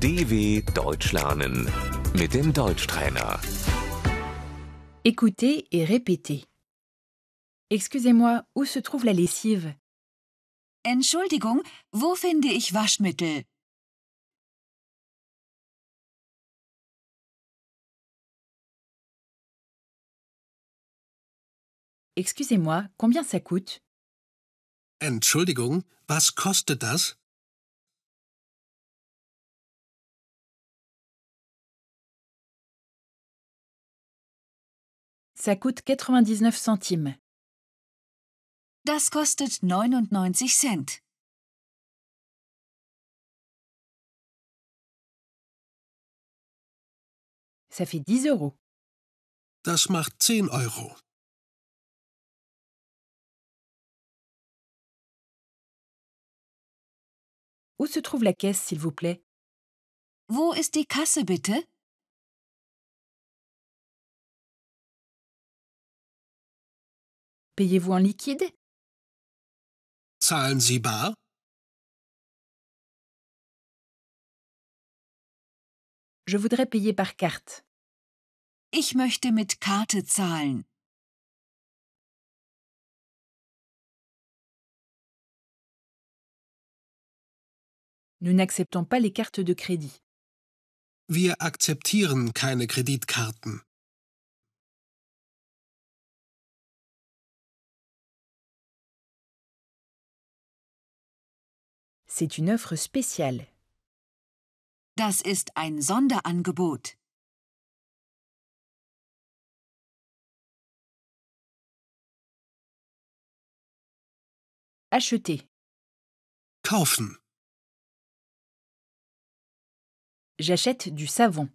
DW Deutsch lernen mit dem Deutschtrainer. Écoutez et répétez. Excusez-moi, où se trouve la lessive Entschuldigung, wo finde ich Waschmittel? Excusez-moi, combien ça coûte Entschuldigung, was kostet das? Ça coûte 99 centimes. Das kostet 99 Cent. Ça fait 10 euros. Das macht 10 Euro. Où se trouve la caisse, s'il vous plaît Wo ist die Kasse bitte? Payez-vous en liquide Zahlen Sie bar? Je voudrais payer par carte. Ich möchte mit Karte zahlen. Nous n'acceptons pas les cartes de crédit. Wir akzeptieren keine Kreditkarten. C'est une offre spéciale. Das ist ein Sonderangebot. Achetez. Kaufen. J'achète du savon.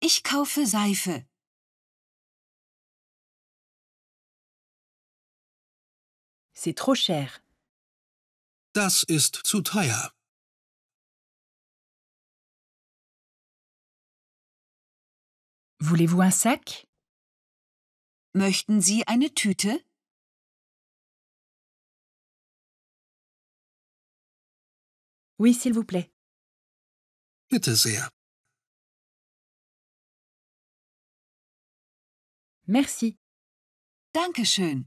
Ich kaufe Seife. C'est trop cher. Das ist zu teuer. Voulez-vous un sac Möchten Sie eine Tüte? Oui, s'il vous plaît. Bitte sehr. Merci. Dankeschön.